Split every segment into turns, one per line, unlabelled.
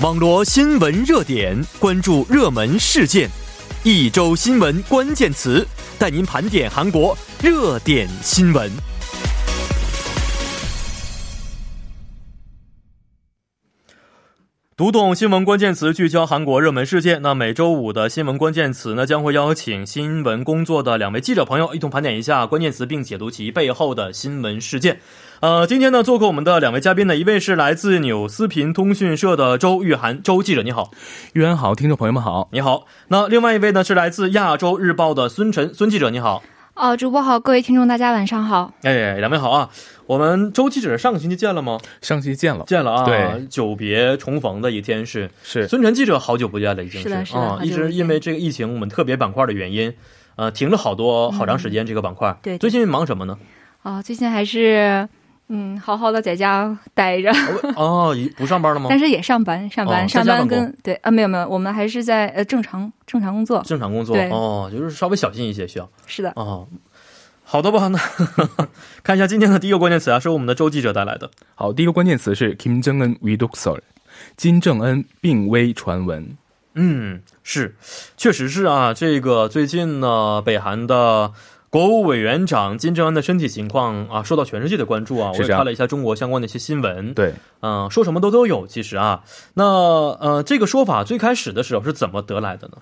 网罗新闻热点，关注热门事件，一周新闻关键词，带您盘点韩国热点新闻。读懂新闻关键词，聚焦韩国热门事件。那每周五的新闻关键词呢，将会邀请新闻工作的两位记者朋友一同盘点一下关键词，并解读其背后的新闻事件。呃，今天呢，做客我们的两位嘉宾呢，一位是来自纽斯频通讯社的周玉涵，周记者，你好，
玉涵好，听众朋友们好，
你好。那另外一位呢，是来自亚洲日报的孙晨，孙记者，你好。
哦，主播好，各位听众大家晚上好。
哎，两位好啊！我们周记者上个星期见了吗？
上期见了，
见了啊！
对，
久别重逢的一天是
是
孙晨记者好久不见了，已经
是的是的
啊、
好久不
一
见
直因为这个疫情，我们特别板块的原因，呃，停了好多好长时间这个板块。
对对
最近忙什么呢？
哦，最近还是嗯，好好的在家待着，
哦，一不上班了吗？
但是也上班，上班，
哦在
上
家办
班跟对啊，没有没有，我们还是在呃正常正常工作。
正常工作
对
哦，就是稍微小心一些需要
是的，
哦。好的吧，那 看一下今天的第一个关键词啊，是我们的周记者带来的。
好，第一个关键词是 Kim Jong Un w i d o s o l 金正恩病危传闻。
嗯，是，确实是啊。这个最近呢，北韩的国务委员长金正恩的身体情况啊，受到全世界的关注啊。我
是
也
这样
看了一下中国相关的一些新闻，
对，
嗯、说什么都都有。其实啊，那呃，这个说法最开始的时候是怎么得来的呢？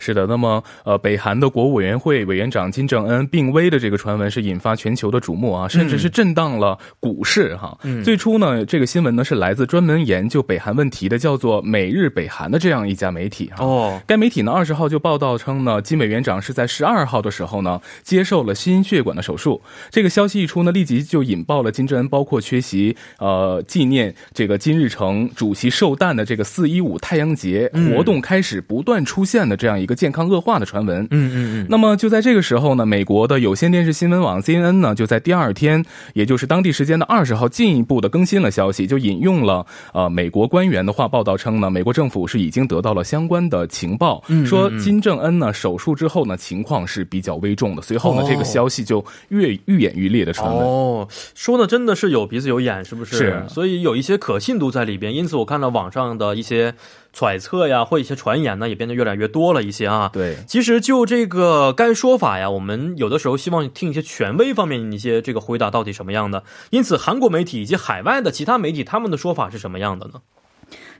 是的，那么呃，北韩的国务委员会委员长金正恩病危的这个传闻是引发全球的瞩目啊，甚至是震荡了股市哈。最初呢，这个新闻呢是来自专门研究北韩问题的叫做《每日北韩》的这样一家媒体哈。
哦，
该媒体呢，二十号就报道称呢，金委员长是在十二号的时候呢，接受了心血管的手术。这个消息一出呢，立即就引爆了金正恩包括缺席呃纪念这个金日成主席寿诞的这个四一五太阳节活动开始不断出现的这样一个健康恶化的传闻。
嗯嗯嗯，
那么就在这个时候呢，美国的有线电视新闻网 CNN 呢，就在第二天，也就是当地时间的二十号，进一步的更新了消息，就引用了呃美国官员的话报道称呢，美国政府是已经得到了相关的情报，说金正恩呢手术之后呢情况是比较危重的。随后呢，
哦
这个消息就越愈演愈烈的传闻。
哦，说的真的是有鼻子有眼，是不是？
是
所以有一些可信度在里边。因此，我看到网上的一些揣测呀，或一些传言呢，也变得越来越多了一些啊。
对，
其实就这个该说法呀，我们有的时候希望听一些权威方面一些这个回答到底什么样的。因此，韩国媒体以及海外的其他媒体他们的说法是什么样的呢？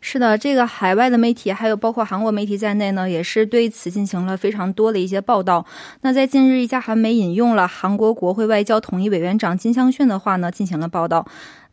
是的，这个海外的媒体还有包括韩国媒体在内呢，也是对此进行了非常多的一些报道。那在近日，一家韩媒引用了韩国国会外交统一委员长金相炫的话呢，进行了报道。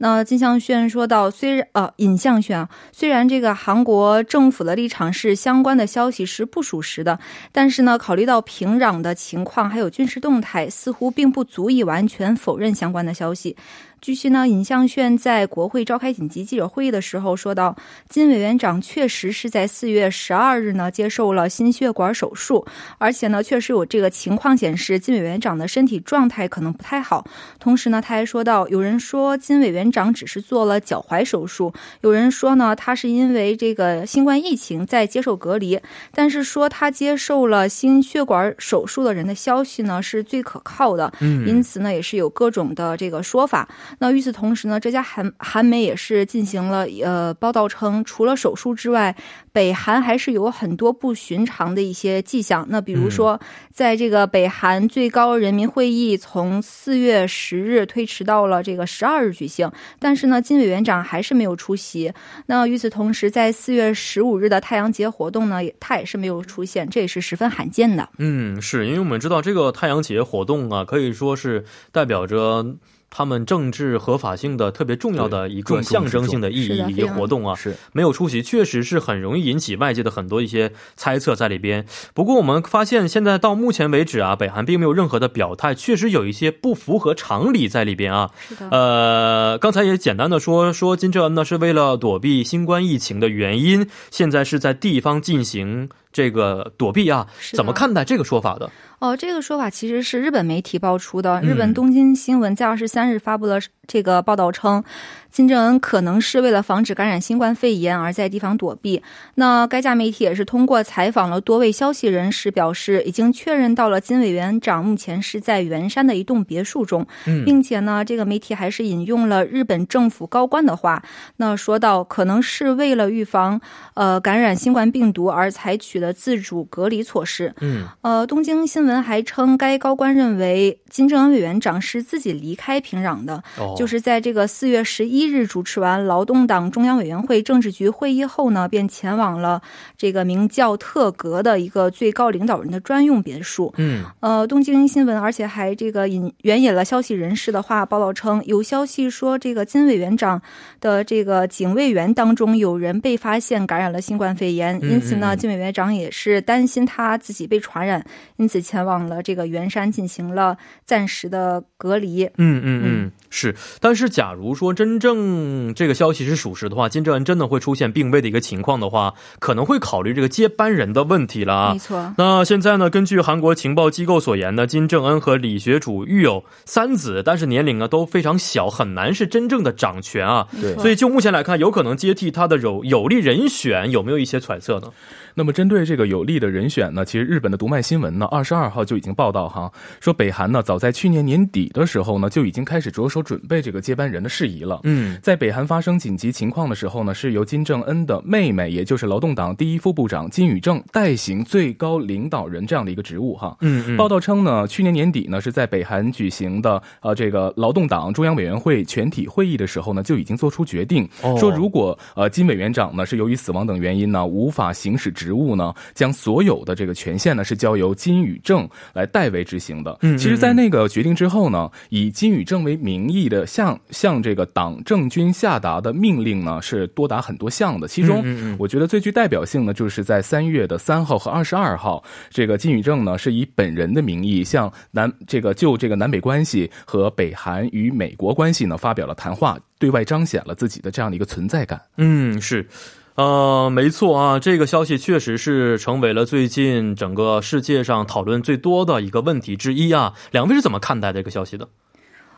那金相炫说到，虽然呃尹相炫啊，虽然这个韩国政府的立场是相关的消息是不属实的，但是呢，考虑到平壤的情况还有军事动态，似乎并不足以完全否认相关的消息。据悉呢，尹相炫在国会召开紧急记者会议的时候说到，金委员长确实是在四月十二日呢接受了心血管手术，而且呢确实有这个情况显示金委员长的身体状态可能不太好。同时呢，他还说到，有人说金委员长只是做了脚踝手术，有人说呢他是因为这个新冠疫情在接受隔离，但是说他接受了心血管手术的人的消息呢是最可靠的，因此呢也是有各种的这个说法。那与此同时呢，这家韩韩媒也是进行了呃报道称，除了手术之外，北韩还是有很多不寻常的一些迹象。那比如说，在这个北韩最高人民会议从四月十日推迟到了这个十二日举行，但是呢，金委员长还是没有出席。那与此同时，在四月十五日的太阳节活动呢，也他也是没有出现，这也是十分罕见的。
嗯，是因为我们知道这个太阳节活动啊，可以说是代表着他们政治合法性的特别重要的一
重
个
中之
象征性的意
重
义
是的
以及
非常
活动啊。
是
没有出席，确实是很容易引起外界的很多一些猜测在里边。不过我们发现，现在到目前为止啊，北韩并没有任何的表态，确实有一些不符合常理在里边啊。
是的
呃，刚才也简单的说说金正恩呢是为了躲避新冠疫情的原因，现在是在地方进行这个躲避啊，
是的
怎么看待这个说法的？
哦，这个说法其实是日本媒体爆出的。日
嗯
本东京新闻在二十三日发布了这个报道称，金正恩可能是为了防止感染新冠肺炎而在地方躲避。那该家媒体也是通过采访了多位消息人士，表示已经确认到了金委员长目前是在圆山的一栋别墅中，
嗯
并且呢，这个媒体还是引用了日本政府高官的话，那说到可能是为了预防呃感染新冠病毒而采取的自主隔离措施。
嗯，
呃，东京新闻还称，该高官认为金正恩委员长是自己离开平壤的，
哦，
就是在这个四月十一日主持完劳动党中央委员会政治局会议后呢，便前往了这个名叫特格的一个最高领导人的专用别墅。
嗯，
呃，东京新闻，而且还这个引援引了消息人士的话报道称，有消息说这个金委员长的这个警卫员当中有人被发现感染了新冠肺炎，因此
嗯嗯
呢，
嗯
金委员长也是担心他自己被传染，因此前往了这个圆山进行了暂时的隔离。
嗯嗯嗯，是。但是，假如说真正这个消息是属实的话，金正恩真的会出现病危的一个情况的话，可能会考虑这个接班人的问题了啊
没。错，
那现在呢？根据韩国情报机构所言呢，金正恩和李学主育有三子，但是年龄呢都非常小，很难是真正的掌权啊。
对
没错
所以就目前来看，有可能接替他的有有力人选，有没有一些揣测呢？
那么针对这个有利的人选呢，其实日本的读卖新闻呢，二十二号就已经报道哈，说北韩呢早在去年年底的时候呢，就已经开始着手准备这个接班人的事宜了。
嗯
在北韩发生紧急情况的时候呢，是由金正恩的妹妹，也就是劳动党第一副部长金宇正代行最高领导人这样的一个职务哈。
嗯嗯，
报道称呢，去年年底呢，是在北韩举行的呃这个劳动党中央委员会全体会议的时候呢，就已经做出决定，
哦
说如果呃金委员长呢是由于死亡等原因呢无法行使职务呢，将所有的这个权限呢是交由金宇正来代为执行的。
嗯
其实，在那个决定之后呢，以金宇正为名义的向向这个党政军下达的命令呢是多达很多项的，其中
嗯嗯嗯
我觉得最具代表性呢，就是在三月的三号和二十二号，这个金宇正呢是以本人的名义向南这个就这个南北关系和北韩与美国关系呢发表了谈话，对外彰显了自己的这样的一个存在感。
嗯，是。呃，没错啊，这个消息确实是成为了最近整个世界上讨论最多的一个问题之一啊。两位是怎么看待这个消息的？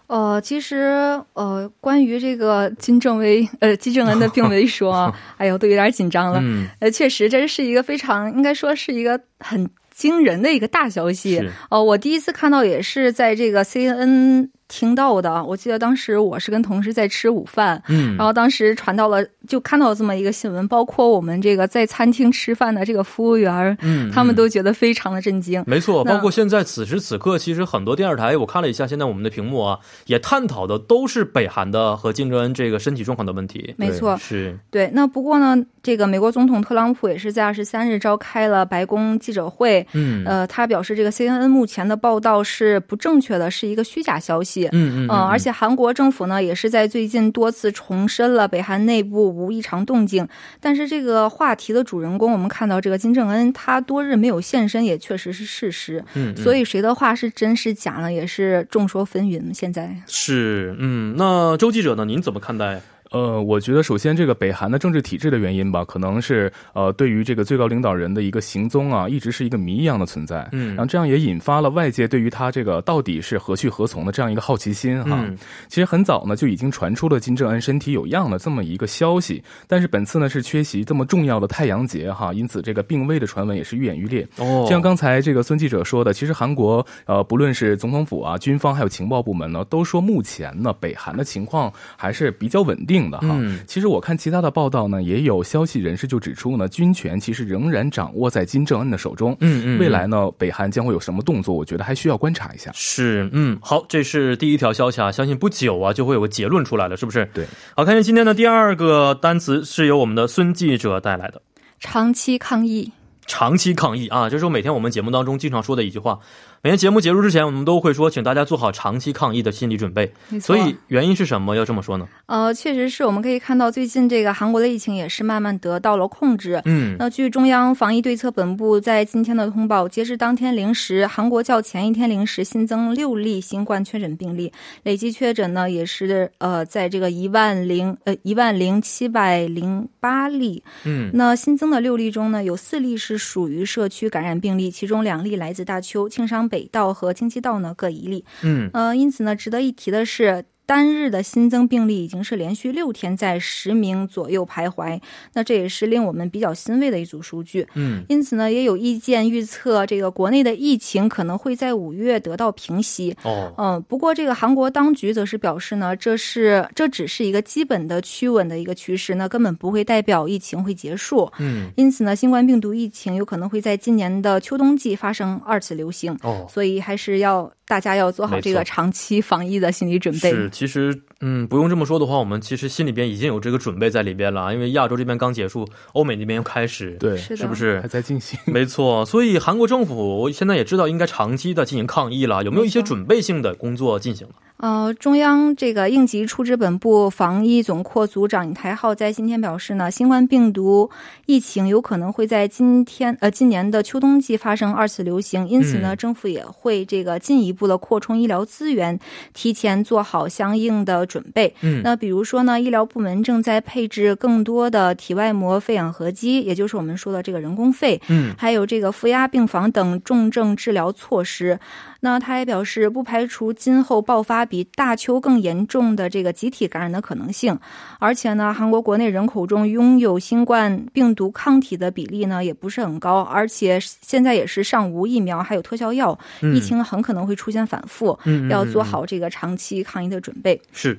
呃，其实呃，关于这个金正威呃金正恩的病危 说啊，哎呦，都有点紧张了。
嗯，
呃，确实，这是一个非常应该说是一个很惊人的一个大消息
是。
哦，我第一次看到也是在这个 CNN 听到的。我记得当时我是跟同事在吃午饭，
嗯
然后当时传到了，就看到这么一个新闻，包括我们这个在餐厅吃饭的这个服务员儿，
嗯
他们都觉得非常的震惊。
没错，
那
包括现在此时此刻，其实很多电视台，我看了一下，现在我们的屏幕啊，也探讨的都是北韩的和金正恩这个身体状况的问题。
没错，
是，
对，那不过呢，这个美国总统特朗普也是在二十三日召开了白宫记者会，
嗯
呃，他表示这个 CNN 目前的报道是不正确的，是一个虚假消息。
嗯嗯
嗯，而且韩国政府呢也是在最近多次重申了北韩内部无异常动静，但是这个话题的主人公，我们看到这个金正恩，他多日没有现身，也确实是事实，
嗯，
所
以
以谁的话是真是假呢，也是众说纷纭。现在，
是，嗯，那周记者呢？您怎么看待？
呃，我觉得首先这个北韩的政治体制的原因吧，可能是呃对于这个最高领导人的一个行踪啊，一直是一个谜一样的存在。
嗯
然后这样也引发了外界对于他这个到底是何去何从的这样一个好奇心哈。
嗯
其实很早呢就已经传出了金正恩身体有恙的这么一个消息，但是本次呢是缺席这么重要的太阳节哈，因此这个病危的传闻也是愈演愈烈。
哦
就像刚才这个孙记者说的，其实韩国呃，不论是总统府啊、军方还有情报部门呢，都说目前呢北韩的情况还是比较稳定的哈。
嗯
其实我看其他的报道呢，也有消息人士就指出呢，军权其实仍然掌握在金正恩的手中。
嗯嗯，
未来呢，北韩将会有什么动作？我觉得还需要观察一下。
是，嗯，好，这是第一条消息啊，相信不久啊就会有个结论出来了，是不是？
对。
好，看见今天的第二个单词是由我们的孙记者带来的。
长期抗议，
长期抗议啊，这是我每天我们节目当中经常说的一句话。每天节目结束之前，我们都会说，请大家做好长期抗疫的心理准备。
没错
所以原因是什么？要这么说呢？
呃，确实是我们可以看到，最近这个韩国的疫情也是慢慢得到了控制。
嗯，
那据中央防疫对策本部在今天的通报，截至当天零时，韩国较前一天零时新增六例新冠确诊病例，累计确诊呢也是呃在这个一万零呃一万零七百零八例。
嗯，
那新增的六例中呢，有四例是属于社区感染病例，其中两例来自大邱、庆尚北道和京畿道呢各一例。
嗯，
呃，因此呢，值得一提的是。单日的新增病例已经是连续六天在十名左右徘徊，那这也是令我们比较欣慰的一组数据。
嗯，
因此呢，也有意见预测，这个国内的疫情可能会在五月得到平息。
哦，
嗯，不过这个韩国当局则是表示呢，这是这只是一个基本的趋稳的一个趋势，那根本不会代表疫情会结束。
嗯，
因此呢，新冠病毒疫情有可能会在今年的秋冬季发生二次流行，
哦，
所以还是要大家要做好这
没错
个长期防疫的心理准备。
是，其实，嗯，不用这么说的话，我们其实心里边已经有这个准备在里边了，因为亚洲这边刚结束，欧美那边又开始，，
对，
是的，
是不
还
是？
在进 行。
没错，所以韩国政府现在也知道应该长期的进行抗疫了，有没有一些
没错
准备性的工作进行了？
呃，中央这个应急处置本部防疫总括组长尹台浩在今天表示呢，新冠病毒疫情有可能会在今天呃今年的秋冬季发生二次流行，因此呢，
嗯
政府也会这个进一步的扩充医疗资源，提前做好相应的准备。
嗯
那比如说呢，医疗部门正在配置更多的体外膜肺氧合机，也就是我们说的这个人工肺，
嗯，
还有这个负压病房等重症治疗措施。那他也表示，不排除今后爆发比大邱更严重的这个集体感染的可能性。而且呢，韩国国内人口中拥有新冠病毒抗体的比例呢也不是很高，而且现在也是尚无疫苗还有特效药，
嗯
疫情很可能会出现反复，
嗯
要做好这个长期抗疫的准备。
是，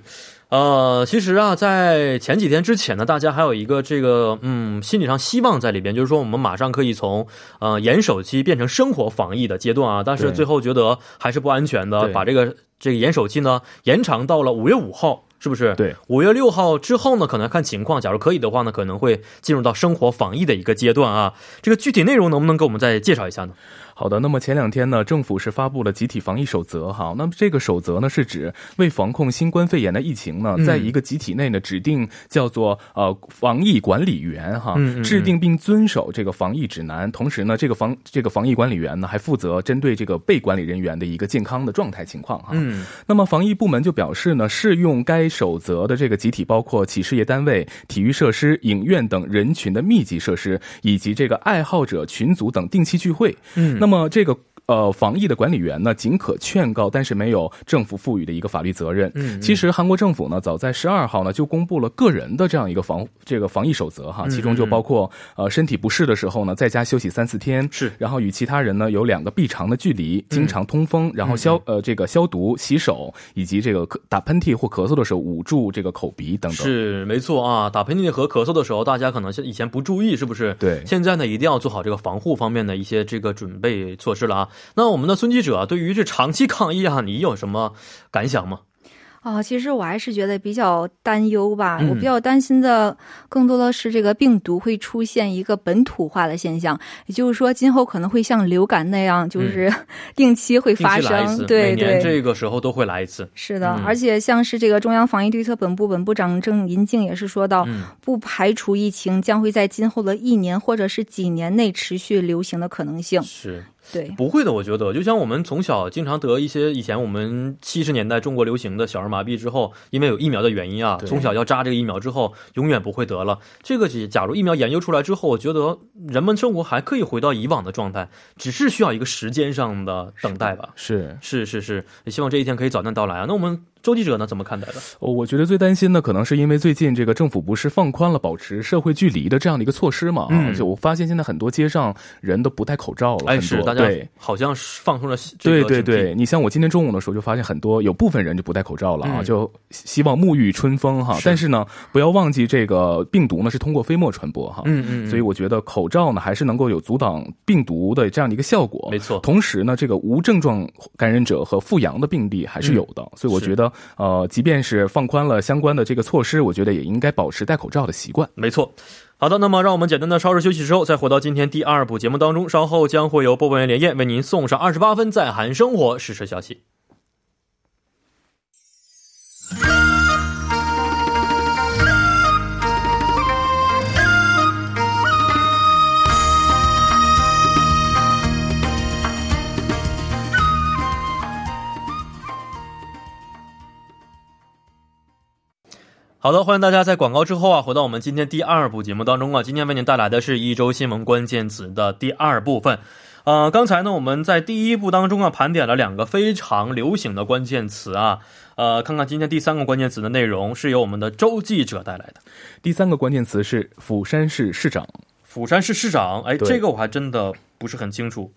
呃，其实啊，在前几天之前呢，大家还有一个这个嗯心理上希望在里边，就是说我们马上可以从呃严守期变成生活防疫的阶段啊，但是
对
最后觉得还是不安全的，
对
把这个这个严守期呢延长到了五月五号。是不是？
对，
五月六号之后呢，可能看情况，假如可以的话呢，可能会进入到生活防疫的一个阶段啊。这个具体内容能不能给我们再介绍一下呢？
好的，那么前两天呢，政府是发布了集体防疫守则哈。那么这个守则呢，是指为防控新冠肺炎的疫情呢，
嗯
在一个集体内呢，指定叫做呃防疫管理员哈
嗯嗯嗯，
制定并遵守这个防疫指南。同时呢，这个防这个防疫管理员呢，还负责针对这个被管理人员的一个健康的状态情况哈。
嗯
那么防疫部门就表示呢，适用该守则的这个集体包括企事业单位、体育设施、影院等人群的密集设施，以及这个爱好者群组等定期聚会。
嗯
那么这个。呃，防疫的管理员呢，仅可劝告，但是没有政府赋予的一个法律责任。
嗯嗯
其实韩国政府呢，早在十二号呢就公布了个人的这样一个防这个防疫守则哈，
嗯
其中就
嗯
包括呃身体不适的时候呢，在家休息三四天，
是
然后与其他人呢有两个臂长的距离，经常通风，然后
嗯
消呃这个消毒、洗手，以及这个咳打喷嚏或咳嗽的时候捂住这个口鼻等等。
是没错啊，打喷嚏和咳嗽的时候，大家可能现以前不注意，是不是？
对
现在呢，一定要做好这个防护方面的一些这个准备措施了啊。那我们的孙记者啊对于这长期抗疫啊，你有什么感想吗？
啊、其实我还是觉得比较担忧吧。
嗯
我比较担心的更多的是这个病毒会出现一个本土化的现象，也就是说，今后可能会像流感那样，就是 定期会
嗯定
发
期来一
生。
次，
对
每年
对。
这个时候都会来一次。
是的，
嗯
而且像是这个中央防疫对策本部本部长郑银静也是说到，
嗯
不排除疫情将会在今后的一年或者是几年内持续流行的可能性。
是
对，
不会的，我觉得，就像我们从小经常得一些以前我们七十年代中国流行的小儿麻痹之后，因为有疫苗的原因啊，
对
从小要扎这个疫苗之后，永远不会得了。这个假假如疫苗研究出来之后，我觉得嗯人们生活还可以回到以往的状态，只是需要一个时间上的等待吧。
是，
是是是，也希望这一天可以早点到来啊。那我们周记者呢，怎么看待的？
呃我觉得最担心的可能是因为最近这个政府不是放宽了保持社会距离的这样的一个措施嘛？
嗯
啊，就我发现现在很多街上人都不戴口罩了，
哎，
很
是
多
大家
对。
好像是放松了这
对
个
对
警惕啊
对，你像我今天中午的时候就发现很多有部分人就不戴口罩了啊，
嗯
就希望沐浴春风哈。
是
但是呢，不要忘记这个病毒呢是通过飞沫传播哈，
嗯嗯，嗯
所以我觉得口罩呢还是能够有阻挡病毒的这样的一个效果。
没错
同时呢，这个无症状感染者和复阳的病例还是有的，所以我觉得呢，呃，即便是放宽了相关的这个措施，我觉得也应该保持戴口罩的习惯。
没错。好的，那么让我们简单的稍事休息之后，再回到今天第二部节目当中。稍后将会由播报员连燕为您送上二十八分在韩生活实时消息。好的，欢迎大家在广告之后啊，回到我们今天第二部节目当中啊。今天为您带来的是一周新闻关键词的第二部分。呃，刚才呢，我们在第一部当中啊，盘点了两个非常流行的关键词啊。呃，看看今天第三个关键词的内容是由我们的周记者带来的。
第三个关键词是釜山市市长。
釜山市市长，哎，
对
这个我还真的不是很清楚。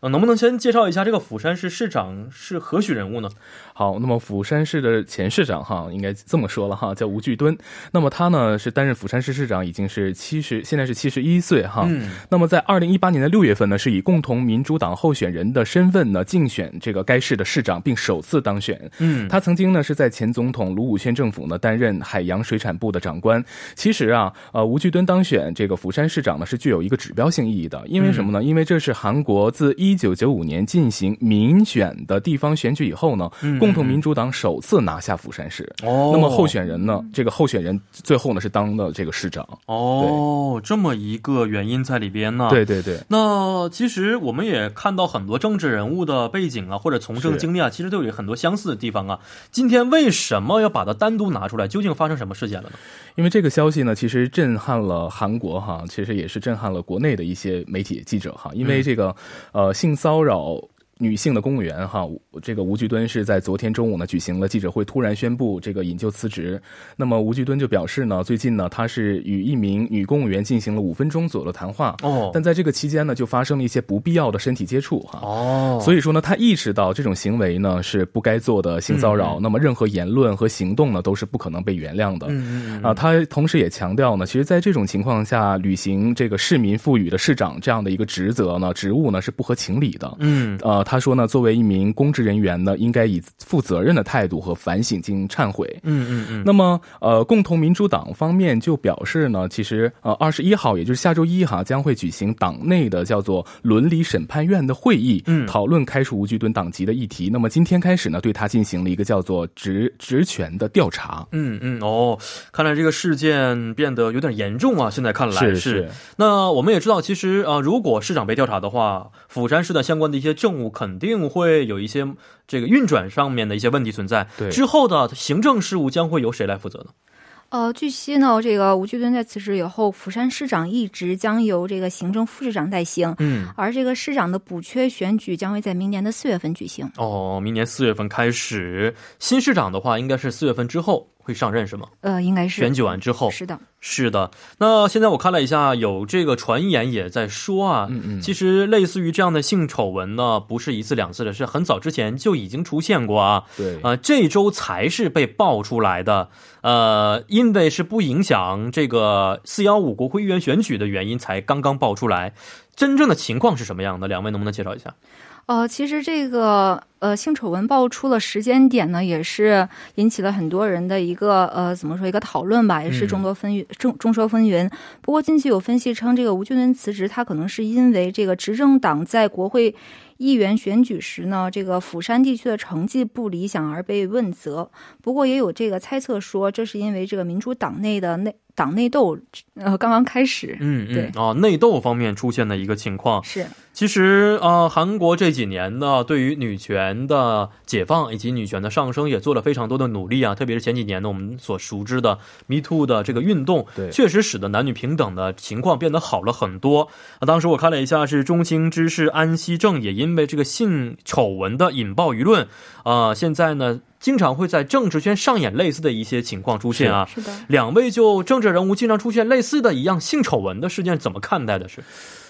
呃，能不能先介绍一下这个釜山市市长是何许人物呢？
好，那么釜山市的前市长哈，应该这么说了哈，叫吴巨敦。那么他呢是担任釜山市市长已经是七十，现在是七十一岁哈。
嗯
那么在二零一八年的六月份呢，是以共同民主党候选人的身份呢竞选这个该市的市长，并首次当选。
嗯，
他曾经呢是在前总统卢武铉政府呢担任海洋水产部的长官。其实啊，呃，吴巨敦当选这个釜山市长呢是具有一个指标性意义的，因为什么呢？因为这是韩国自一九九五年进行民选的地方选举以后呢，共同民主党首次拿下釜山市。
嗯哦
那么候选人呢，这个候选人最后呢是当了这个市长。
哦，这么一个原因在里边呢。
对对对。
那其实我们也看到很多政治人物的背景啊，或者从政
是
经历啊，其实都有很多相似的地方啊。今天为什么要把它单独拿出来？究竟发生什么事件了呢？
因为这个消息呢，其实震撼了韩国哈，其实也是震撼了国内的一些媒体记者哈，
嗯
因为这个、呃性骚扰。女性的公务员哈，吴这个吴巨敦是在昨天中午呢举行了记者会，突然宣布这个引咎辞职。那么吴巨敦就表示呢，最近呢他是与一名女公务员进行了五分钟左右的谈话，
哦
但在这个期间呢就发生了一些不必要的身体接触哈。
哦
所
以
以说呢，他意识到这种行为呢是不该做的性骚扰，那么任何言论和行动呢都是不可能被原谅的。
嗯嗯嗯
啊，他同时也强调呢，其实，在这种情况下，履行这个市民赋予的市长这样的一个职责呢，职务呢是不合情理的。
嗯，
呃，他说呢，作为一名公职人员呢，应该以负责任的态度和反省进行忏悔。
嗯嗯嗯，
那么，呃，共同民主党方面就表示呢，其实呃，二十一号，也就是下周一哈，将会举行党内的叫做伦理审判院的会议，
嗯
讨论开除吴巨敦党籍的议题。那么今天开始呢，对他进行了一个叫做职职权的调查。
嗯嗯哦，看来这个事件变得有点严重啊！现在看来
是
是
是
那我们也知道，其实啊、呃如果市长被调查的话，釜山市的相关的一些政务肯定会有一些这个运转上面的一些问题存在。
对
之后的行政事务将会由谁来负责呢？
呃，据悉呢，这个吴巨敦在辞职以后，釜山市长一职将由这个行政副市长代行，
嗯，
而这个市长的补缺选举将会在明年的四月份举行。
哦，明年四月份开始，新市长的话应该是四月份之后会上任，是吗？
呃，应该是
选举完之后，
是的，
是的，那现在我看了一下，有这个传言也在说啊，嗯嗯，其实类似于这样的性丑闻呢，不是一次两次的，是很早之前就已经出现过啊，
对
呃，这周才是被爆出来的，呃，因为是不影响这个四幺五国会议员选举的原因，才刚刚爆出来。真正的情况是什么样的？两位能不能介绍一下？
呃，其实这个呃性丑闻爆出的时间点呢，也是引起了很多人的一个呃怎么说一个讨论吧，也是众多纷纭众众说纷纭。不过近期有分析称，这个吴俊文辞职，他可能是因为这个执政党在国会议员选举时呢，这个釜山地区的成绩不理想而被问责。不过也有这个猜测说，这是因为这个民主党内的内党内斗呃刚刚开始。
嗯嗯
对
啊，内斗方面出现的一个情况，
是，
其实啊、呃韩国这几年呢，对于女权的解放以及女权的上升，也做了非常多的努力啊。特别是前几年呢，我们所熟知的 Me Too 的这个运动，
对
确实使得男女平等的情况变得好了很多。啊，当时我看了一下，是中兴知事安熙正也因为这个性丑闻的引爆舆论，啊、现在呢，经常会在政治圈上演类似的一些情况出现啊。
是的。
两位就政治人物经常出现类似的一样性丑闻的事件，怎么看待的是？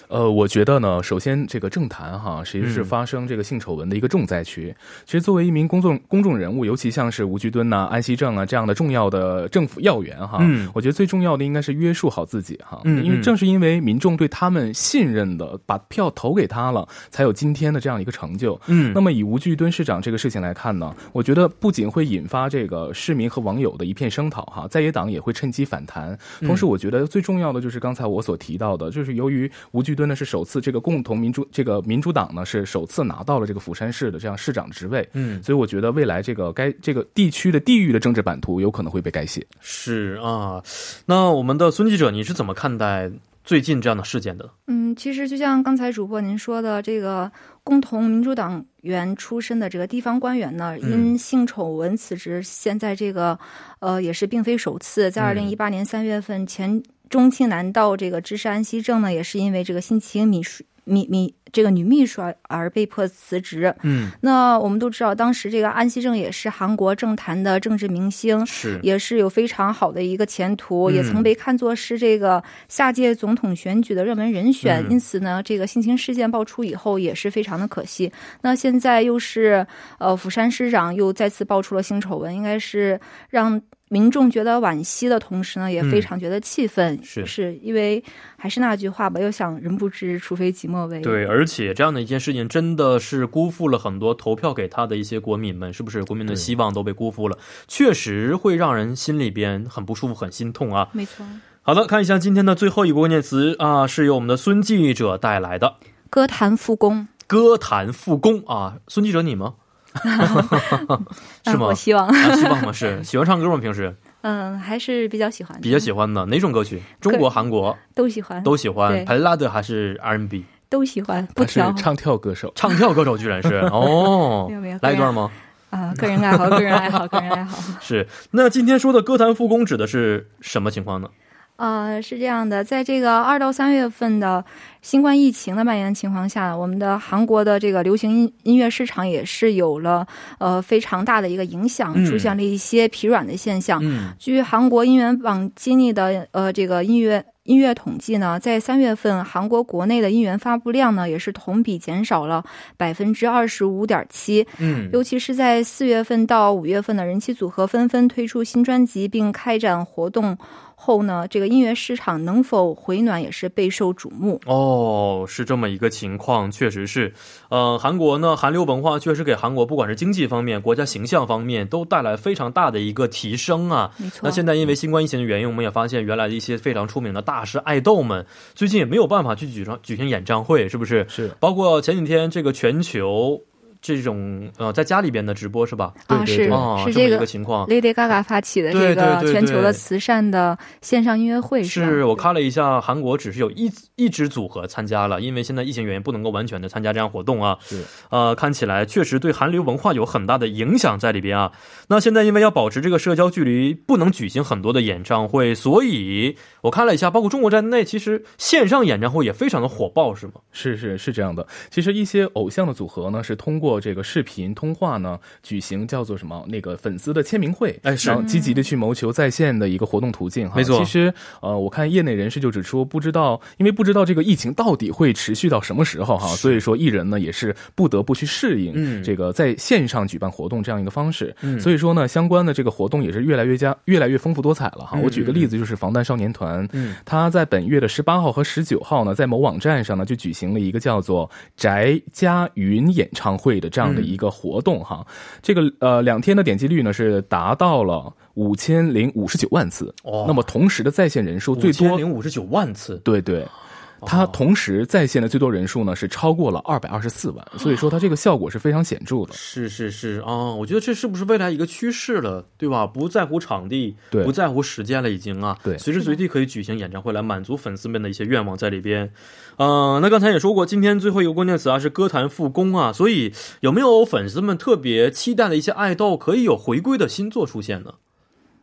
呃，我觉得呢，首先这个政坛哈，其实是
嗯
发生这个性丑闻的一个重灾区。其实作为一名公众公众人物，尤其像是吴菊敦呐、安熙正啊这样的重要的政府要员哈，
嗯
我觉得最重要的应该是约束好自己哈，
嗯
因为
嗯
正是因为民众对他们信任的，把票投给他了，才有今天的这样一个成就。
嗯
那么以吴巨敦市长这个事情来看呢，我觉得不仅会引发这个市民和网友的一片声讨哈，在野党也会趁机反弹。同
嗯
时，我觉得最重要的就是刚才我所提到的，就是由于吴巨敦呢是首次这个共同民主这个民主党呢是首次拿到了这个釜山市的这样市长职位，
嗯，
所以我觉得未来这个该这个地区的地域的政治版图有可能会被改写。
是啊。那我们的孙记者，你是怎么看待最近这样的事件的？
嗯，其实就像刚才主播您说的，这个共同民主党员出身的这个地方官员呢，因性丑闻辞职，现在这个呃也是并非首次，在二零一八年三月份前中庆南道这个知事安熙正呢，也是因为这个性侵秘书秘秘这个女秘书而被迫辞职。
嗯，
那我们都知道，当时这个安熙正也是韩国政坛的政治明星，
是
也是有非常好的一个前途，
嗯
也曾被看作是这个下届总统选举的热门人选。
嗯
因此呢，这个性侵事件爆出以后，也是非常的可惜。那现在又是呃，釜山市长又再次爆出了性丑闻，应该是让。民众觉得惋惜的同时呢，也
嗯
非常觉得气愤，
是
因为还是那句话吧，要想人不知，除非己莫为。
对，而且这样的一件事情，真的是辜负了很多投票给他的一些国民们，是不是？国民的希望都被辜负了，确实会让人心里边很不舒服、很心痛啊。
没错。
好的，看一下今天的最后一个关键词啊，是由我们的孙记者带来的
歌坛复工，
“歌坛复工”啊，孙记者你吗？ 是
嗯
吗
我？希望，
啊，希望吗？是喜欢唱歌吗？平时
嗯，还是比较喜欢的，
比较喜欢的哪种歌曲？中国、韩国
都喜欢，
都喜欢，
对
盆拉的还是 R&B
都喜欢，不
他是
挑。
唱跳歌手，
唱跳歌手，居然 是哦
没有没有，
来一段吗？
啊，个人爱好，个人爱好，个人爱好。
是，那今天说的歌坛复工指的是什么情况呢？
呃，是这样的，在这个二到三月份的新冠疫情的蔓延情况下，我们的韩国的这个流行音音乐市场也是有了呃非常大的一个影响
嗯，
出现了一些疲软的现象。
嗯
据韩国音源网基尼的呃这个音乐音乐统计呢，在三月份韩国国内的音源发布量呢也是同比减少了百分之二十五点七，
嗯
尤其是在四月份到五月份的人气组合纷纷推出新专辑并开展活动后呢，这个音乐市场能否回暖也是备受瞩目。
哦，是这么一个情况，确实是。呃，韩国呢，韩流文化确实给韩国不管是经济方面、国家形象方面，都带来非常大的一个提升啊。
没错
那，现在因为新冠疫情的原因，我们也发现原来的一些非常出名的大师爱豆们，最近也没有办法去举上举行演唱会，是不是？
是
包括前几天这个全球这种呃在家里边的直播是吧？
啊
对对
是
对
哦，
是
这么
这
一
个
个情况。
Lady Gaga 发起的
对
这个
对对
全球
对
的慈善的线上音乐会
是
吧
我看了一下，韩国只是有一一支组合参加了，因为现在疫情原因不能够完全的参加这样活动啊。
是，
呃，看起来确实对韩流文化有很大的影响在里边啊。那现在因为要保持这个社交距离，不能举行很多的演唱会，所以我看了一下，包括中国在内，其实线上演唱会也非常的火爆，是吗？
是是是这样的，其实一些偶像的组合呢，是通过这个视频通话呢，举行叫做什么那个粉丝的签名会，
哎是
然后积极的去谋求在线的一个活动途径哈。
没错
其实呃，我看业内人士就指出，不知道因为不知道这个疫情到底会持续到什么时候哈，所以说艺人呢也是不得不去适
嗯
应这个在线上举办活动这样一个方式。
嗯
所以说呢，相关的这个活动也是越来越加越来越丰富多彩了哈。
嗯
我举个例子，就是防弹少年团，
嗯
他在本月的十八号和十九号呢，在某网站上呢就举行了一个叫做“翟佳云演唱会”的这样的
嗯
一个活动哈。这个呃两天的点击率呢是达到了五千零五十九万次，
哦
那么同时的在线人数最多，
零五哦十九万次，
对对。它同时在线的最多人数呢是超过了二百二十四万，所以说它这个效果是非常显著的。
哦是是是啊、我觉得这是不是未来一个趋势了，对吧？不在乎场地，
对
不在乎时间了，已经啊，
对
随时随地可以举行演唱会来满足粉丝们的一些愿望在里边。嗯、那刚才也说过，今天最后一个关键词啊是歌坛复工啊，所以有没有粉丝们特别期待的一些爱豆可以有回归的新作出现呢？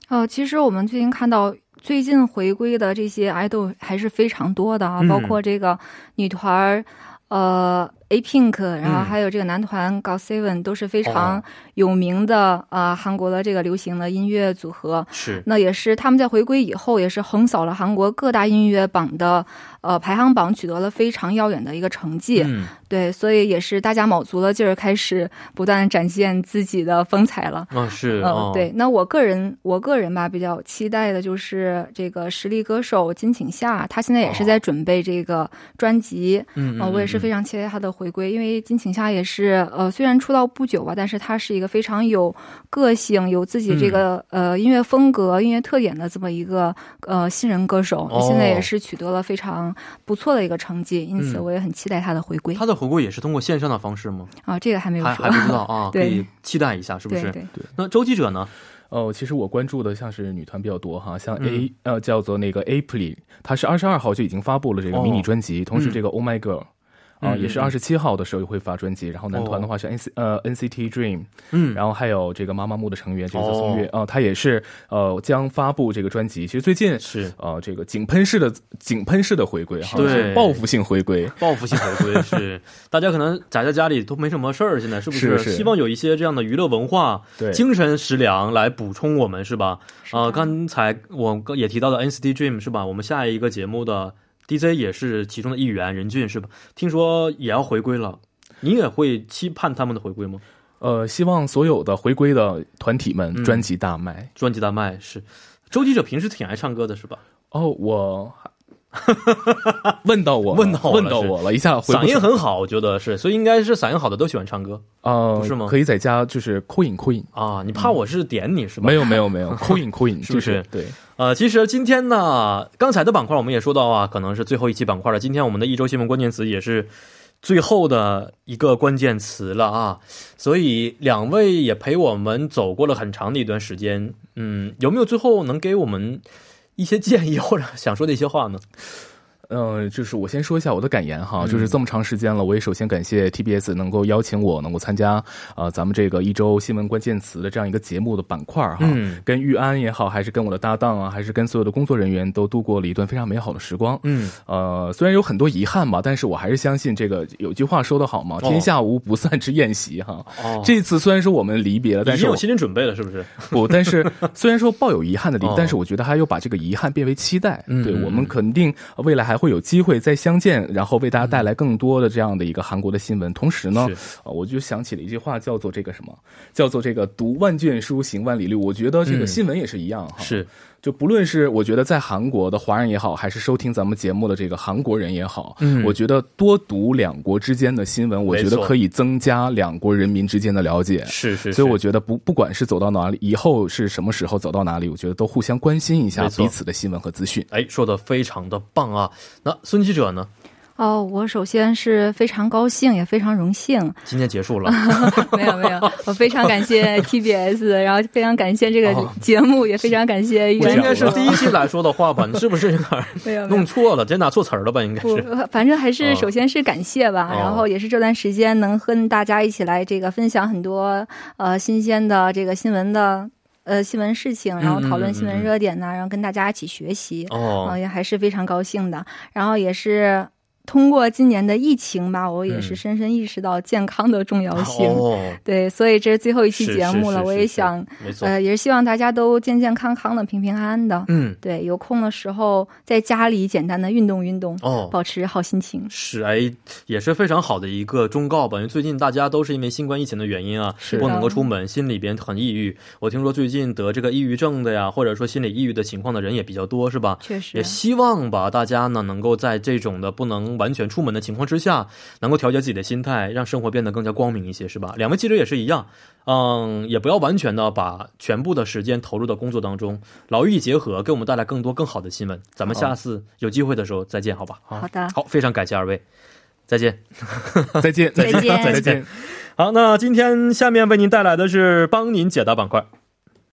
呃，其实我们最近看到。最近回归的这些爱豆还是非常多的啊，
嗯
包括这个女团儿，呃 A Pink，然后
嗯
还有这个男团 g o t Seven 都是非常
哦
有名的、呃韩国的这个流行的音乐组合。
是
那也是他们在回归以后，也是横扫了韩国各大音乐榜的呃排行榜，取得了非常耀眼的一个成绩。
嗯，
对，所以也是大家卯足了劲儿，开始不断展现自己的风采了。
啊是，
嗯
哦，
对，那我个人我个人吧，比较期待的就是这个实力歌手金请夏，他现在也是在准备这个专辑，
哦嗯，嗯
呃，我也是非常期待他的回归，因为金请夏也是呃，虽然出道不久吧，但是他是一个非常有个性、有自
嗯
己这个、呃音乐风格、音乐特点的这么一个呃新人歌手，
哦
现在也是取得了非常不错的一个成绩，因此
嗯
我也很期待他的回归
嗯。他的回归也是通过线上的方式吗？
啊，这个还没有
还
说
还，不知道 啊，可
对
以期待一下，是不
对
是？
对，
那周记者呢？
哦，其实我关注的像是女团比较多哈，像 A、
嗯
呃叫做那个 April，她是二十二号就已经发布了这个迷你专辑，同时这个 Oh My Girl
哦
啊、
嗯
也是
嗯哦
二十七号的时候也会发专辑，然后男团的话是 N C、呃 NCT Dream，
嗯，
然后还有这个妈妈木的成员这个叫宋
哦
岳啊、她也是呃将发布这个专辑，其实最近
是
呃这个井喷式的井喷式的回归哈，
对
是报复性回归，
报复性回归 是，大家可能宅在家里都没什么事儿，现在是不
是是
希望有一些这样的娱乐文化、
对，
精神食粮来补充我们，是吧？
是
啊、
的
刚才我刚也提到的 NCT Dream 是吧？我们下一个节目的 DJ 也是其中的一员，任俊是吧？听说也要回归了，你也会期盼他们的回归吗？
呃希望所有的回归的团体们
嗯
专辑大卖。
专辑大卖是。周记者平时挺爱唱歌的是吧？
哦，我问到我了，
问到我了
问到我了，一下回不
嗓
去
音很好，我觉得是，所以应该是嗓音好的都喜欢唱歌
呃，
不是吗
可以在家就是扣引扣引，
啊。你怕我是点你是吧？
没有没有 没有，扣引扣引，
是不
就是是对，
呃，其实今天呢，刚才的板块我们也说到啊，可能是最后一期板块了。今天我们的一周新闻关键词也是最后的一个关键词了啊，所以两位也陪我们走过了很长的一段时间。嗯，有没有最后能给我们一些建议或者想说的一些话呢？
嗯，就是我先说一下我的感言哈，
嗯
就是这么长时间了，我也首先感谢 TBS 能够邀请我能够参加呃咱们这个一周新闻关键词的这样一个节目的板块哈，
嗯
跟玉安也好，还是跟我的搭档啊，还是跟所有的工作人员都度过了一段非常美好的时光。
嗯，
呃，虽然有很多遗憾吧，但是我还是相信这个有句话说得好嘛，天下无不散之宴席哈。
哦，
这次虽然说我们离别了，但
已
是
经
我
有心理准备了，是不是？
不，但是虽然说抱有遗憾的离，
哦
但是我觉得还要把这个遗憾变为期待。
嗯
对
嗯
我们肯定未来还会有机会再相见，然后为大家带来更多的这样的一个韩国的新闻。同时呢
嗯是，
呃我就想起了一句话，叫做这个什么，叫做这个读万卷书，行万里路。我觉得这个
嗯
新闻也是一样哈。
是，
就不论是我觉得在韩国的华人也好，还是收听咱们节目的这个韩国人也好，
嗯
我觉得多读两国之间的新闻，我觉
没
得
错
可以增加两国人民之间的了解。
是是，
所以我
是
觉得不不管是走到哪里，以后是什么时候走到哪里，我觉得都互相关心一下
没错
彼此的新闻和资讯。
哎，说的非常的棒啊。那孙记者呢？
哦，我首先是非常高兴，也非常荣幸，
今天结束 了，
没有没有，我非常感 谢 TBS，然后非常感谢这
哦
个节目，也非常感谢
我
袁
应该是第一期来说的话吧？你是不是有点儿
没有没有
弄错了？直接拿错词儿了吧？应该
不
是。，
反正还是
嗯
首先是感谢吧，
哦
然后也是这段时间能和大家一起来这个分享很多呃新鲜的这个新闻的呃新闻事
嗯
情，然后讨论新闻热点呐、然后跟大家一起学习，
哦
嗯、，也还是非常高兴的。然后也是通过今年的疫情吧，我也是
嗯
深深意识到健康的重要性。
哦，
对，所以这是最后一期
是
节目了，
是是
我
是
也
是
想
没错，
呃，也是希望大家都健健康康的、平平安安的。
嗯，
对，有空的时候在家里简单的运动运动，
哦。
保持好心情。
是，哎，也是非常好的一个忠告吧。因为最近大家都是因为新冠疫情的原因啊，
是
不
的
能够出门，心里边很抑郁。我听说最近得这个抑郁症的呀，或者说心理抑郁的情况的人也比较多，是吧？
确实
也，希望吧，大家呢能够在这种的不能完全出门的情况之下，能够调节自己的心态，让生活变得更加光明一些，是吧？两位记者也是一样，嗯，也不要完全的把全部的时间投入到工作当中，劳逸结合，给我们带来更多更好的新闻。咱们下次有机会的时候再见，好吧？
好的，
好，非常感谢二位，再见。
再 见，
再见
再见。
好，那今天下面为您带来的是帮您解答板块。